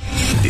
The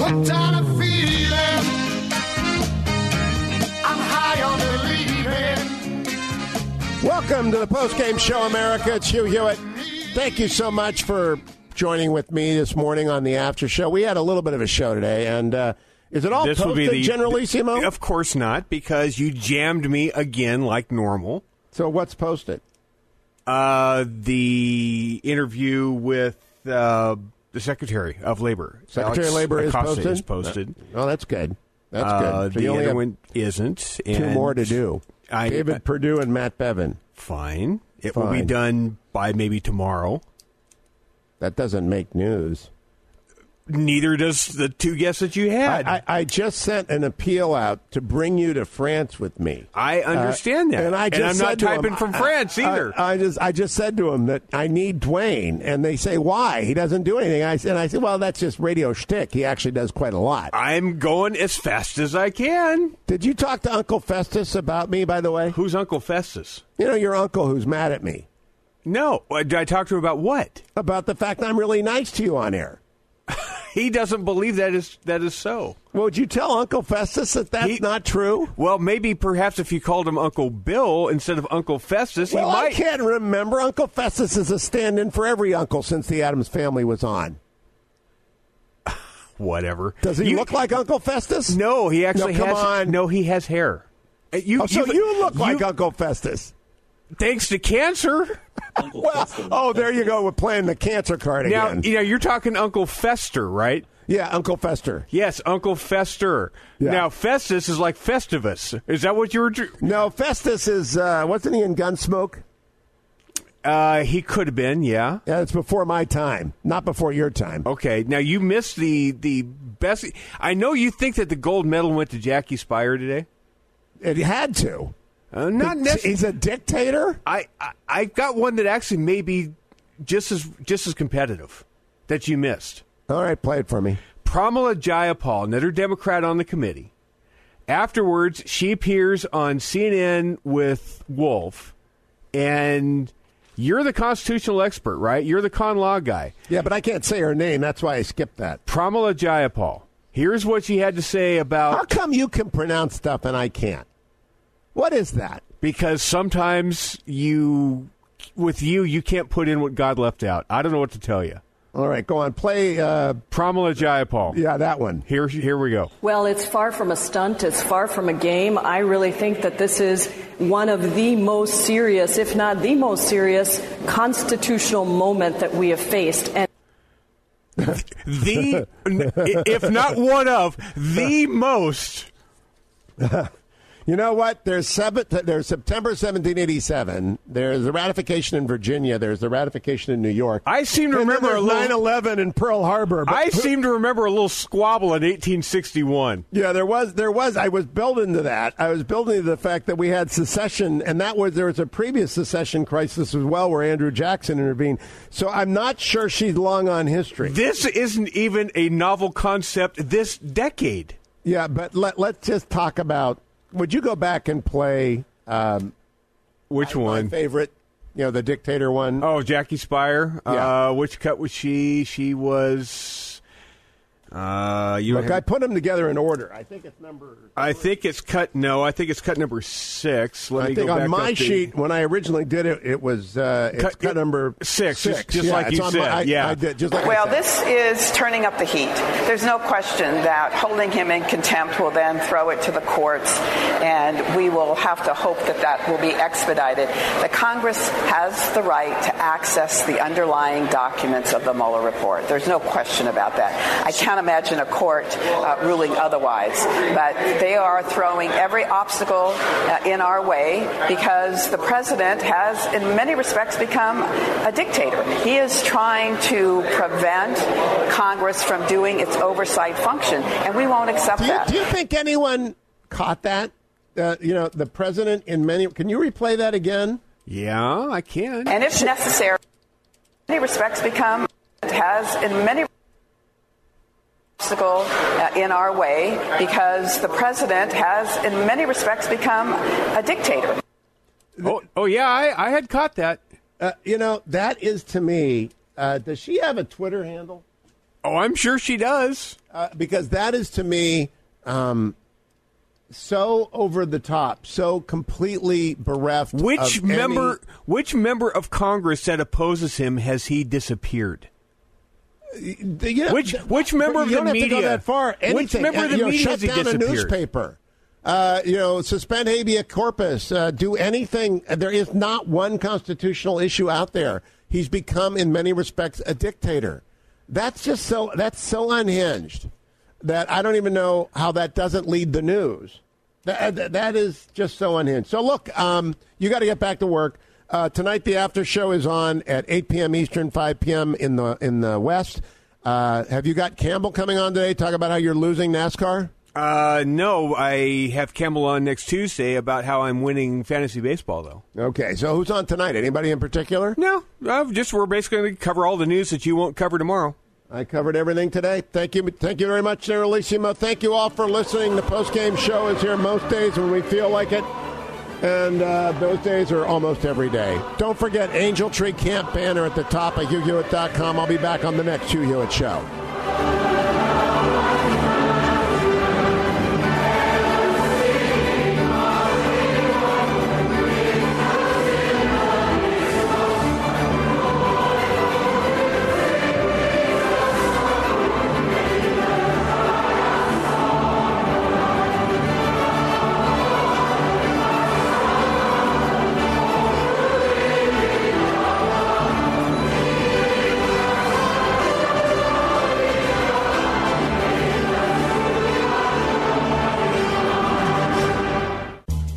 I'm hooked on a feeling. I'm high on believing. Welcome to the postgame show, America. It's Hugh Hewitt. Thank you so much for joining with me this morning on the after show. We had a little bit of a show today, and uh, is it all this will posted, be the Generalissimo? Of course not, because you jammed me again like normal. So what's posted? Uh, the interview with uh, the Secretary of Labor, Secretary Alex of Labor is Acosta posted. Is posted. Oh, that's good. That's Uh, good. So the you only other have one isn't. two and more to do. I- David I- Perdue and Matt Bevin. Fine. It will be Fine. done by maybe tomorrow. That doesn't make news. Neither does the two guests that you had. I, I, I just sent an appeal out to bring you to France with me. I understand that, uh, and I just am said not to typing him, from I- France I- either. I, just I just said to him that I need Dwayne, and they say why he doesn't do anything. I said, and I said, well, that's just radio shtick. He actually does quite a lot. I'm going as fast as I can. Did you talk to Uncle Festus about me, by the way? Who's Uncle Festus? You know your uncle who's mad at me No. Uh, Did I talk to him about what? about the fact that I'm really nice to you on air. He doesn't believe that is that is so. Well, would you tell Uncle Festus that that's He- not true? Well, maybe perhaps if you called him Uncle Bill instead of Uncle Festus, Well, he I might. can't remember. Uncle Festus is a stand-in for every uncle since the Adams family was on. Whatever. Does he You- look like Uncle Festus? No, he actually No, come has. on. No, he has hair. Uh, You, Oh, so you've- you look like you- Uncle Festus. thanks to cancer. Well, oh, there you go. We're playing the cancer card Now again. you know you're talking Uncle Fester, right? yeah, Uncle Fester. Yes, Uncle Fester. Yeah. Now Festus is like Festivus. Is that what you were? dr- No, Festus is uh, wasn't he in Gunsmoke? Uh, he could have been. Yeah. Yeah, it's before my time, not before your time. Okay. Now you missed the the best. I know you think that the gold medal went to Jackie Spire today. It had to. Uh, not necessarily. He's a dictator. I, I I got one that actually may be just as just as competitive that you missed. All right, play it for me. Pramila Jayapal, another Democrat on the committee. Afterwards, she appears on CNN with Wolf, and you're the constitutional expert, right? You're the con law guy. Yeah, but I can't say her name. That's why I skipped that. Pramila Jayapal. Here's what she had to say about How come you can pronounce stuff and I can't? What is that? because sometimes you with you you can't put in what God left out. I don't know what to tell you. All right, go on. Play. Uh, Pramila Jayapal. yeah, that one. Here, here we go. Well, it's far from a stunt. It's far from a game. I really think that this is one of the most serious, if not the most serious, constitutional moment that we have faced. And The, n- i- if not one of the most. You know what? There's seven, There's September 1787. There's the ratification in Virginia. There's the ratification in New York. I seem to And then remember a there's little. 9/11 in Pearl Harbor. but I who- seem to remember a little squabble in 1861. Yeah, there was. There was. I was building to that. I was building to the fact that we had secession, and that was there was a previous secession crisis as well, where Andrew Jackson intervened. So I'm not sure she's long on history. This isn't even a novel concept this decade. Yeah, but let let's just talk about. Would you go back and play um, Which my one? favorite? You know, the dictator one. Oh, Jackie Spire. Yeah. Uh, which cut was she? She was. Uh, you Look, I put them together in order. I think it's number. I think it's cut. No, I think it's cut number six. Let I me think go on back my up the- sheet when I originally did it, it was uh, it's Cut- cut, number six, just- just yeah, like it's you on said, My, I, yeah. I did just like I Well, said. this is turning up the heat. There's no question that holding him in contempt will then throw it to the courts, and we will have to hope that that will be expedited. The Congress has the right to access the underlying documents of the Mueller report. There's no question about that. I can't imagine a court uh, ruling otherwise, but they are throwing every obstacle uh, in our way because the president has, in many respects, become a dictator. He is trying to prevent Congress from doing its oversight function, and we won't accept Do you, that. do you think anyone caught that? Uh, you know, the president in many. Can you replay that again? Yeah, I can. And if necessary, in many respects, become has, in many obstacle uh, in our way because the president has, in many respects, become a dictator. oh, oh yeah, I, I had caught that. Uh, you know, that is to me. Uh, does she have a Twitter handle? Oh, I'm sure she does. Uh, because that is to me um, so over the top, so completely bereft. Which of any- member? Which member of Congress that opposes him has he disappeared? You know, Which- th- which member but of you the don't have to go media- that far. which Anything. member of Uh, the you know, media shut has he down a disappeared? newspaper? Uh, you know, suspend habeas corpus. Uh, do anything. Uh, There is not one constitutional issue out there. He's become, in many respects, a dictator. That's just so. That's so unhinged that I don't even know how that doesn't lead the news. That, that- that is just so unhinged. So look, um, you got to get back to work uh, tonight. The after show is on at 8 p.m. Eastern, 5 p.m. in the in the West. Uh, have you got Campbell coming on today? Talk about how you're losing NASCAR. Uh, no, I have Campbell on next Tuesday about how I'm winning fantasy baseball, though. Okay, so who's on tonight? Anybody in particular? No, I've just we're basically going to cover all the news that you won't cover tomorrow. I covered everything today. Thank you, thank you very much, Sarah Lissimo. Thank you all for listening. The post game show is here most days when we feel like it, and uh, those days are almost every day. Don't forget Angel Tree Camp banner at the top of HughHewitt.com. I'll be back on the next Hugh Hewitt show.